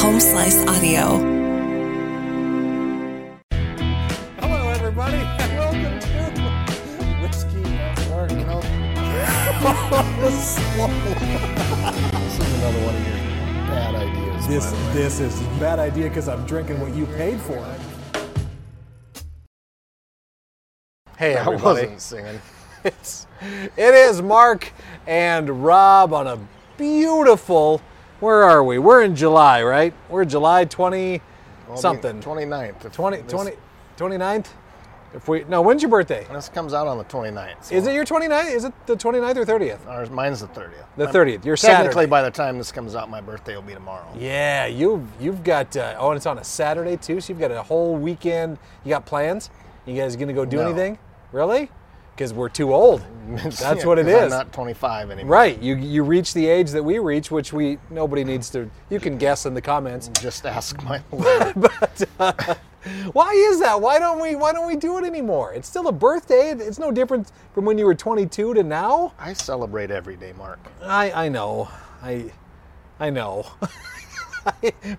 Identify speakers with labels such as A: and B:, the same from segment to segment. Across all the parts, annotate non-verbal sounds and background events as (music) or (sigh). A: home slice audio.
B: Hello, everybody. (laughs) Welcome to (laughs) Whiskey at Work.
C: (laughs) This is another one of your bad ideas.
B: This,
C: by the way.
B: this is a bad idea because I'm drinking what you paid for. Hey,
C: I
B: everybody.
C: wasn't singing.
B: (laughs) It's, it is Mark and Rob on a beautiful. Where are we? We're in July, right? We're July 20
C: Well, the
B: something.
C: 29th. If
B: 20,
C: this,
B: 20, 29th? If we no, when's your birthday?
C: This comes out on the 29th. so-
B: Is it your 29th? Is it the 29th or 30th?
C: Ours, mine's the 30th.
B: The
C: My-
B: 30th, your
C: Um, Technically,
B: Saturday.
C: by the time this comes out, my birthday will be tomorrow.
B: Yeah, you you've got uh, oh, and it's on a Saturday too, so you've got a whole weekend. You got plans? You guys gonna go do
C: No.
B: anything? Really? Because we're too
C: (laughs)
B: old. That's what it
C: 'cause I'm
B: is.
C: not 25 anymore.
B: Right. You you reach the age that we reach, which we nobody needs to. You can guess in the comments. (laughs)
C: Just ask my wife.
B: But uh, (laughs) why is that? Why don't we Why don't we do it anymore? It's still a birthday. It's no different from when you were 22 to now.
C: I celebrate every day, Mark.
B: I I know. I I know. (laughs)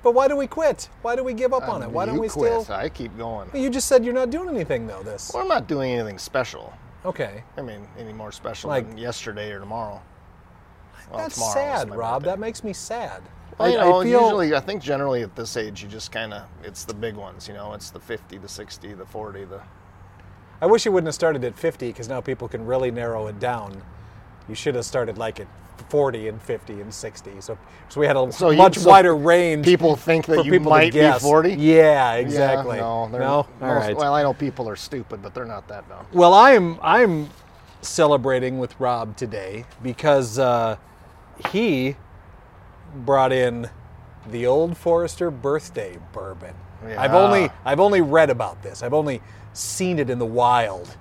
B: but why do we quit? Why do we give up on it? Why don't
C: You
B: we
C: quit.
B: still?
C: I keep going.
B: You just said you're not doing anything though. This.
C: Well, I'm not doing anything special.
B: Okay.
C: I mean, any more special
B: Like-
C: than yesterday or tomorrow. Well,
B: That's
C: tomorrow is
B: sad,
C: my
B: Rob.
C: birthday.
B: That makes me sad.
C: Well,
B: I-
C: you
B: I
C: know,
B: feel-
C: usually I think generally at this age you just kind of it's the big ones. You know, it's the 50, the 60, the 40, the
B: I wish you wouldn't have started at 50 because now people can really narrow it down. You should have started like at 40 and 50 and 60. So, so we had a
C: So you-
B: much
C: so
B: wider range.
C: people think that
B: for
C: you
B: people to
C: might be
B: guess.
C: 40?
B: Yeah, exactly.
C: Yeah, no, they're
B: no?
C: most-
B: All right.
C: Well, I know people are stupid, but they're not that dumb.
B: Well, I'm I'm celebrating with Rob today because uh, he brought in the Old Forester birthday bourbon. I've
C: Yeah.
B: only I've only read about this. I've only seen it in the wild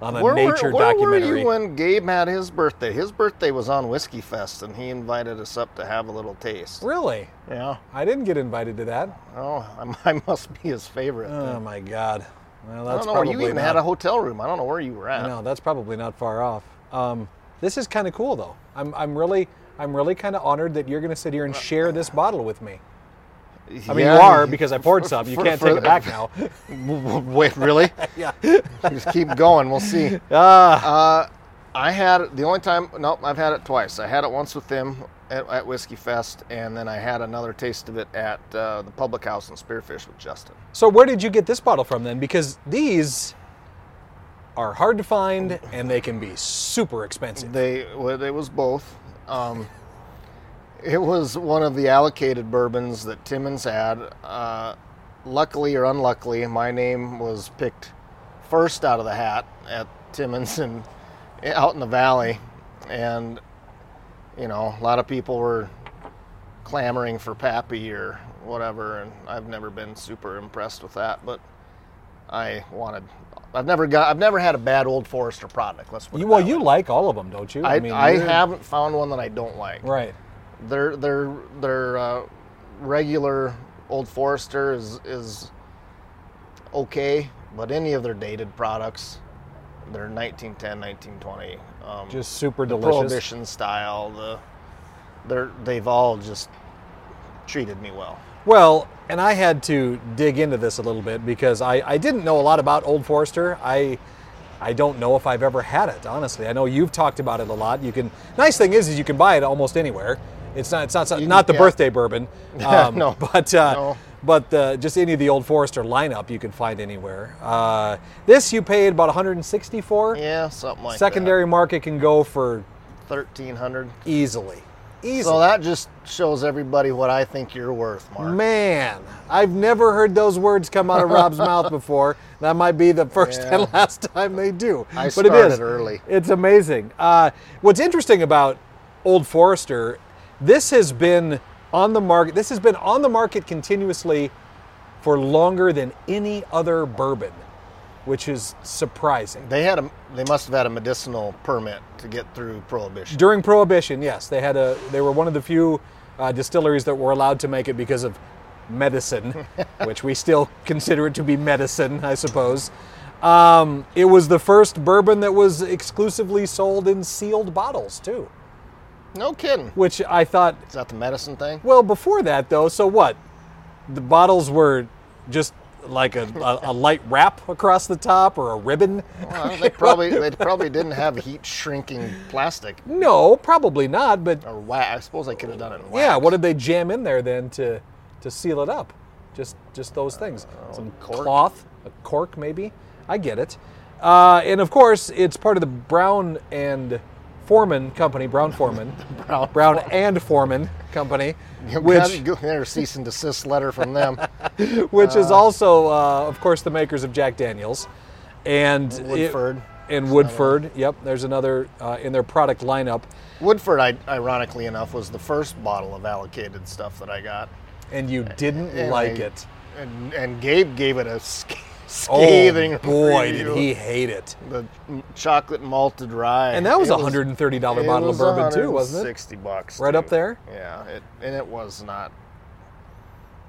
B: on a
C: Where, were-
B: nature
C: where
B: documentary.
C: were you when Gabe had his birthday? His birthday was on Whiskey Fest, and he invited us up to have a little taste.
B: Really?
C: Yeah.
B: I didn't get invited to that.
C: Oh, I'm, (laughs) I must be his favorite.
B: Oh my God. Well,
C: I
B: that's
C: don't know.
B: probably
C: You even
B: not,
C: had a hotel room. I don't know where you were at.
B: I (laughs) know that's probably not far off. Um, this is kind of cool though. I'm I'm really I'm really kind of honored that you're going to sit here and share this bottle with me. I mean, you
C: Yeah,
B: are because I poured some. You
C: for-
B: can't
C: for-
B: take it back now.
C: (laughs) Wait, really?
B: (laughs) yeah.
C: just keep going. We'll
B: (laughs)
C: see.
B: Ah.
C: Uh, I had it the only time. Nope, I've had it twice. I had it once with them at, at Whiskey Fest, and then I had another taste of it at uh, the Public House in Spearfish with Justin.
B: so where did you get this bottle from then? Because these are hard to find and they can be super expensive.
C: They well, it was both. Um, it was one of the allocated bourbons that Timmons had. Uh, luckily or unluckily, my name was picked first out of the hat at Timmons and out in the valley, and you know a lot of people were clamoring for Pappy or whatever, and I've never been super impressed with that, but. I wanted. I've never got. I've never had a bad Old Forester product. Let's. put it
B: You, well,
C: that way.
B: you like all of them, don't you?
C: I, I,
B: you're-
C: haven't found one that I don't like.
B: Right.
C: Their their their uh, regular Old Forester is is okay, but any of their dated products, their 1910, 1920, um,
B: Just super
C: the
B: delicious.
C: Prohibition style, the they're they've all just treated me well.
B: Well, and I had to dig into this a little bit because I, I didn't know a lot about Old Forester. I I don't know if I've ever had it, honestly. I know you've talked about it a lot. You can nice thing is is you can buy it almost anywhere. It's not it's not not,
C: You-
B: the
C: yeah.
B: birthday bourbon.
C: (laughs) No.
B: but uh,
C: No.
B: but uh, just any of the Old Forester lineup you can find anywhere. Uh, this you paid about 164.
C: Yeah, something like
B: Secondary market can go for
C: thirteen hundred.
B: easily. Easily.
C: So that just shows everybody what I think you're worth, Mark.
B: Man, I've never heard those words come out of Rob's
C: (laughs)
B: mouth before. That might be the first
C: Yeah.
B: and last time they do.
C: I
B: but it
C: started
B: is
C: early.
B: It's amazing. Uh, what's interesting about Old Forester, this has been on the market. This has been on the market continuously for longer than any other bourbon, which is surprising.
C: They had a. They must have had a medicinal permit to get through prohibition.
B: During Prohibition, yes, they had a. They were one of the few uh, distilleries that were allowed to make it because of medicine, which we still consider it to be medicine, I suppose. Um, it was the first bourbon that was exclusively sold in sealed bottles too,
C: No kidding.
B: which I thought.
C: Is that the medicine thing?
B: Well, before that though, so what? the bottles were just like a, a, a light wrap across the top or a ribbon.
C: Well, Uh, they
B: (laughs)
C: probably they probably didn't have heat shrinking plastic
B: No, probably not. But
C: or wax. I suppose they could have done it in wax.
B: yeah, what did they jam in there then to to seal it up? Just just those things. Some
C: cork?
B: cloth, a cork maybe. I get it. Uh, and of course, it's part of the Brown and Foreman company, Brown Foreman,
C: Brown
B: and Foreman company,
C: (laughs) Which
B: which
C: their cease and desist letter
B: (laughs)
C: from them.
B: which is also, uh, of course, the makers of Jack Daniels, and it-
C: Woodford.
B: and Woodford. Yep, there's another uh, in their product lineup,
C: Woodford, I, ironically enough, was the first bottle of allocated stuff that I got.
B: and you didn't
C: And
B: like
C: I-
B: it.
C: And, and Gabe gave it a sca- scathing
B: Oh boy,
C: review.
B: did he hate it!
C: The chocolate malted rye.
B: And that was a
C: It
B: hundred and thirty dollar bottle of bourbon too, wasn't it?
C: Sixty bucks.
B: Right up
C: too.
B: there?
C: Yeah, it, and it was not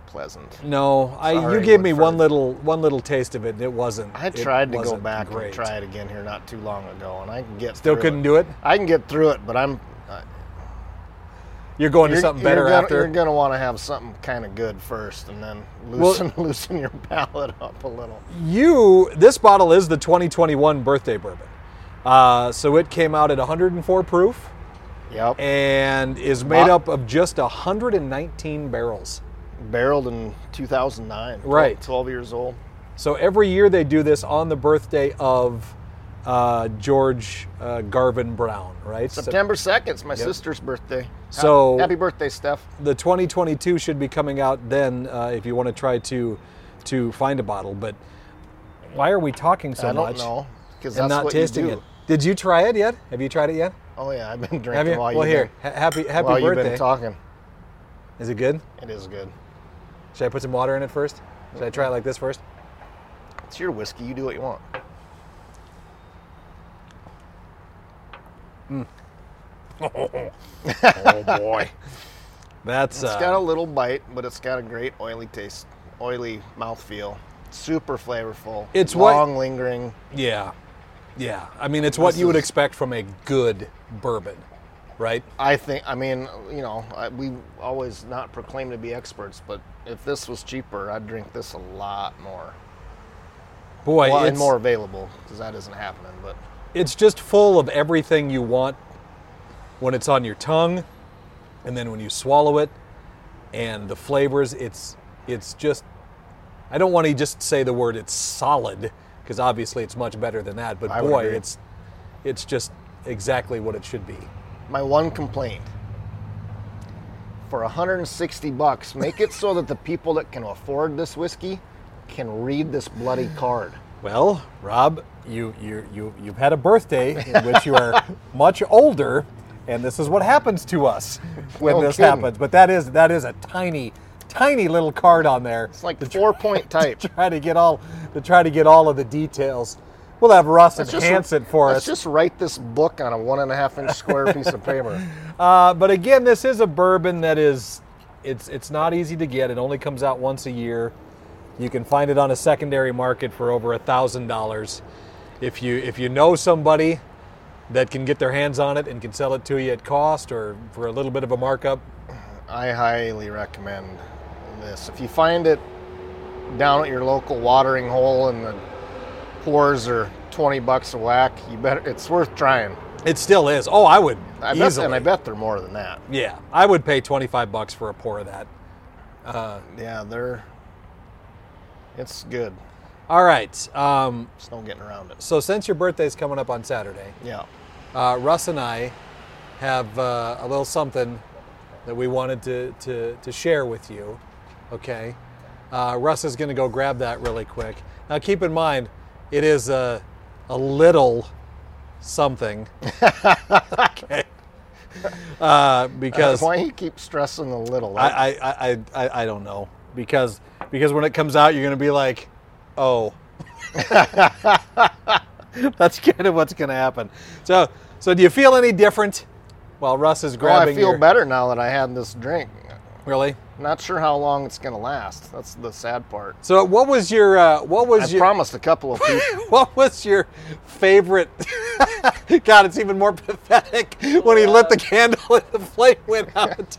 C: pleasant.
B: No, I you
C: Sorry,
B: gave me
C: Woodford.
B: one little one little taste of it, and it wasn't.
C: I
B: it
C: tried to go
B: wasn't
C: back
B: great.
C: and try it again here not too long ago, and I can get
B: Still
C: through
B: couldn't
C: it.
B: do it.
C: I can get through it, but I'm. Uh,
B: You're going to something better
C: you're gonna,
B: after.
C: You're gonna want to have something kind of good first, and then
B: Well-
C: loosen (laughs) loosen your palate up a little.
B: you this bottle is the 2021 birthday bourbon, uh, so it came out at 104 proof
C: Yep.
B: and is made
C: Wow.
B: up of just 119 barrels.
C: Barreled in 2009.
B: Right.
C: 12 years old.
B: So every year they do this on the birthday of uh, George uh, Garvin Brown, right? So-
C: September 2nd. It's my sister's birthday. Ha-
B: So-
C: happy birthday, Steph.
B: the 2022 should be coming out then uh, if you want to try to to find a bottle but why are we talking so
C: I don't
B: much
C: know because
B: and
C: that's
B: not
C: what
B: tasting
C: you do.
B: it did you try it yet have you tried it yet
C: Oh yeah, I've been drinking
B: have you
C: while
B: well
C: you've
B: here
C: been,
B: ha- happy happy
C: while you've
B: birthday
C: been talking.
B: is it good
C: It is good.
B: should i put some water in it first should i try it like this first
C: It's your whiskey. You do what you want.
B: Mm.
C: (laughs)
B: oh (laughs) boy that's
C: It's
B: uh,
C: got a little bite, but it's got a great oily taste, oily mouthfeel. Super flavorful.
B: It's what-
C: long lingering.
B: yeah yeah i mean it's what
C: This
B: you would
C: is-
B: expect from a good bourbon right
C: I think. I mean, you know, I, we always not proclaim to be experts, but if this was cheaper, I'd drink this a lot more.
B: boy
C: well, and
B: it's
C: more available because that isn't happening. But
B: it's just full of everything you want when it's on your tongue and then when you swallow it and the flavors it's it's just i don't want to just say the word it's solid because obviously it's much better than that but
C: I would
B: boy
C: agree.
B: it's it's just exactly what it should be
C: my one complaint for 160 bucks, make it so that the people that can afford this whiskey can read this bloody card.
B: well rob you you you you've had a birthday in which you
C: (laughs)
B: are much older and this is what happens to us when
C: No
B: this
C: kidding.
B: happens but that is that is a tiny tiny little card on there
C: It's like the four
B: (laughs)
C: point type.
B: try to get all to try to get all of the details. We'll have Russ enhance it for
C: let's
B: us.
C: just write this book on a one and a half inch square piece of paper.
B: Uh, but again, this is a bourbon that is it's it's not easy to get. It only comes out once a year. You can find it on a secondary market for over a thousand dollars. If you if you know somebody that can get their hands on it and can sell it to you at cost or for a little bit of a markup,
C: I highly recommend this. If you find it down at your local watering hole and the pours are 20 bucks a whack, you better it's worth trying.
B: it still is. Oh, I would
C: I bet,
B: easily.
C: and I bet they're more than that.
B: Yeah, I would pay twenty five bucks for a pour of that.
C: Yeah, they're it's good.
B: All right. Um,
C: There's no getting around it.
B: So since your birthday's coming up on Saturday,
C: Yeah.
B: uh, Russ and I have uh, a little something that we wanted to, to, to share with you. Okay, uh, Russ is going to go grab that really quick. Now keep in mind, it is a a little something. (laughs) okay, uh, because
C: Why you keep stressing the little? oh,
B: I, I, I, I, I don't know because because when it comes out, you're gonna be like, oh, (laughs) that's kind of what's gonna happen. So so do you feel any different? While Russ is
C: oh, I
B: grabbing
C: feel
B: your-
C: better now that I had this drink.
B: Really?
C: Not sure how long it's gonna last. That's the sad part.
B: So what was your uh, what
C: I
B: was your
C: promised a couple of people.
B: (laughs) what was your favorite? (laughs) God, it's even more pathetic when he lit the candle and the flame went out.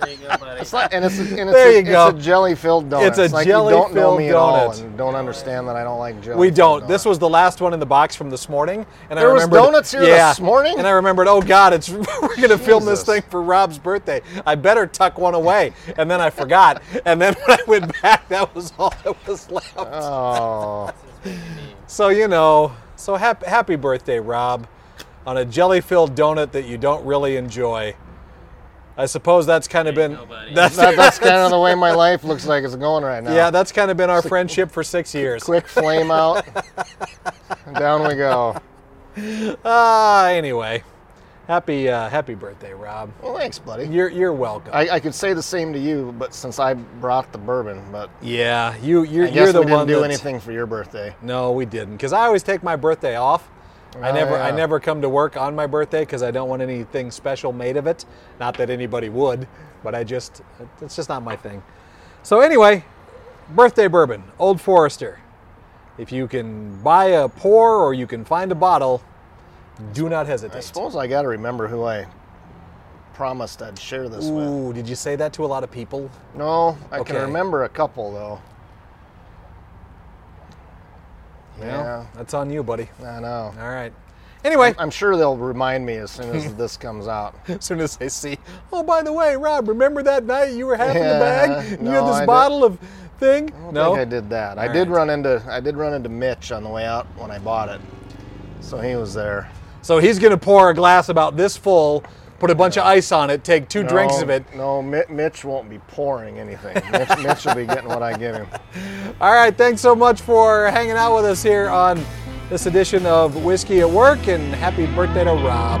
A: There you go, buddy.
C: It's like,
B: (laughs)
C: and it's, and it's,
B: There you
C: it's
B: go.
C: a jelly filled donut.
B: It's a
C: like you don't
B: jelly-filled
C: know me at all
B: donut.
C: and don't understand that I don't like jelly.
B: We don't. This was the last one in the box from this morning, and I
C: There was
B: remembered
C: donuts here
B: yeah,
C: this morning?
B: And I remembered, oh God, it's (laughs) we're gonna film this
C: Jesus.
B: thing for Rob's birthday. I better tuck one away, and then I forgot. and then (laughs) when I went back, that was all that was left. (laughs)
C: Oh,
B: so you know, so happy, happy birthday, Rob, on a jelly-filled donut that you don't really enjoy. I suppose that's kind of been
A: nobody.
B: that's
C: that, that's kind of the way my life looks like it's going right now.
B: yeah, that's kind of been our friendship for six years.
C: quick
B: (laughs)
C: flame out. Down we go.
B: Ah, anyway, happy uh, happy birthday, Rob.
C: Well, thanks, buddy.
B: You're you're welcome.
C: I, I could say the same to you, but since I brought the bourbon, but
B: Yeah, you you're,
C: I guess
B: you're the
C: we didn't
B: one
C: do
B: that's-
C: anything for your birthday.
B: No, we didn't, because I always take my birthday off. I
C: Oh,
B: never I
C: yeah.
B: never come to work on my birthday because I don't want anything special made of it. Not that anybody would, but I just it's just not my thing. So anyway, birthday bourbon, Old Forester. If you can buy a pour or you can find a bottle, do not
C: I
B: hesitate.
C: suppose I got to remember who I promised I'd share this with.
B: Ooh, did you say that to a lot of people?
C: No, I
B: Okay.
C: can remember a couple though.
B: Well, that's on you, buddy.
C: Yeah, I know.
B: All right. Anyway,
C: I'm sure they'll remind me as
B: (laughs)
C: soon as this comes out.
B: as soon as they see, oh, by the way, Rob, remember that night you were half in the
C: Yeah,
B: bag? and you had
C: no,
B: this
C: I did-
B: bottle of thing?
C: I don't
B: no.
C: think I did that. I
B: All
C: did
B: right.
C: run into I did run into Mitch on the way out when I bought it, so he was there.
B: So he's going to pour a glass about this full, put a bunch of ice on it, take two drinks
C: No,
B: of it.
C: No, Mi- Mitch won't be pouring anything. Mitch, Mitch will be getting what I give him.
B: All right. Thanks so much for hanging out with us here on this edition of Whiskey at Work, and happy birthday to Rob.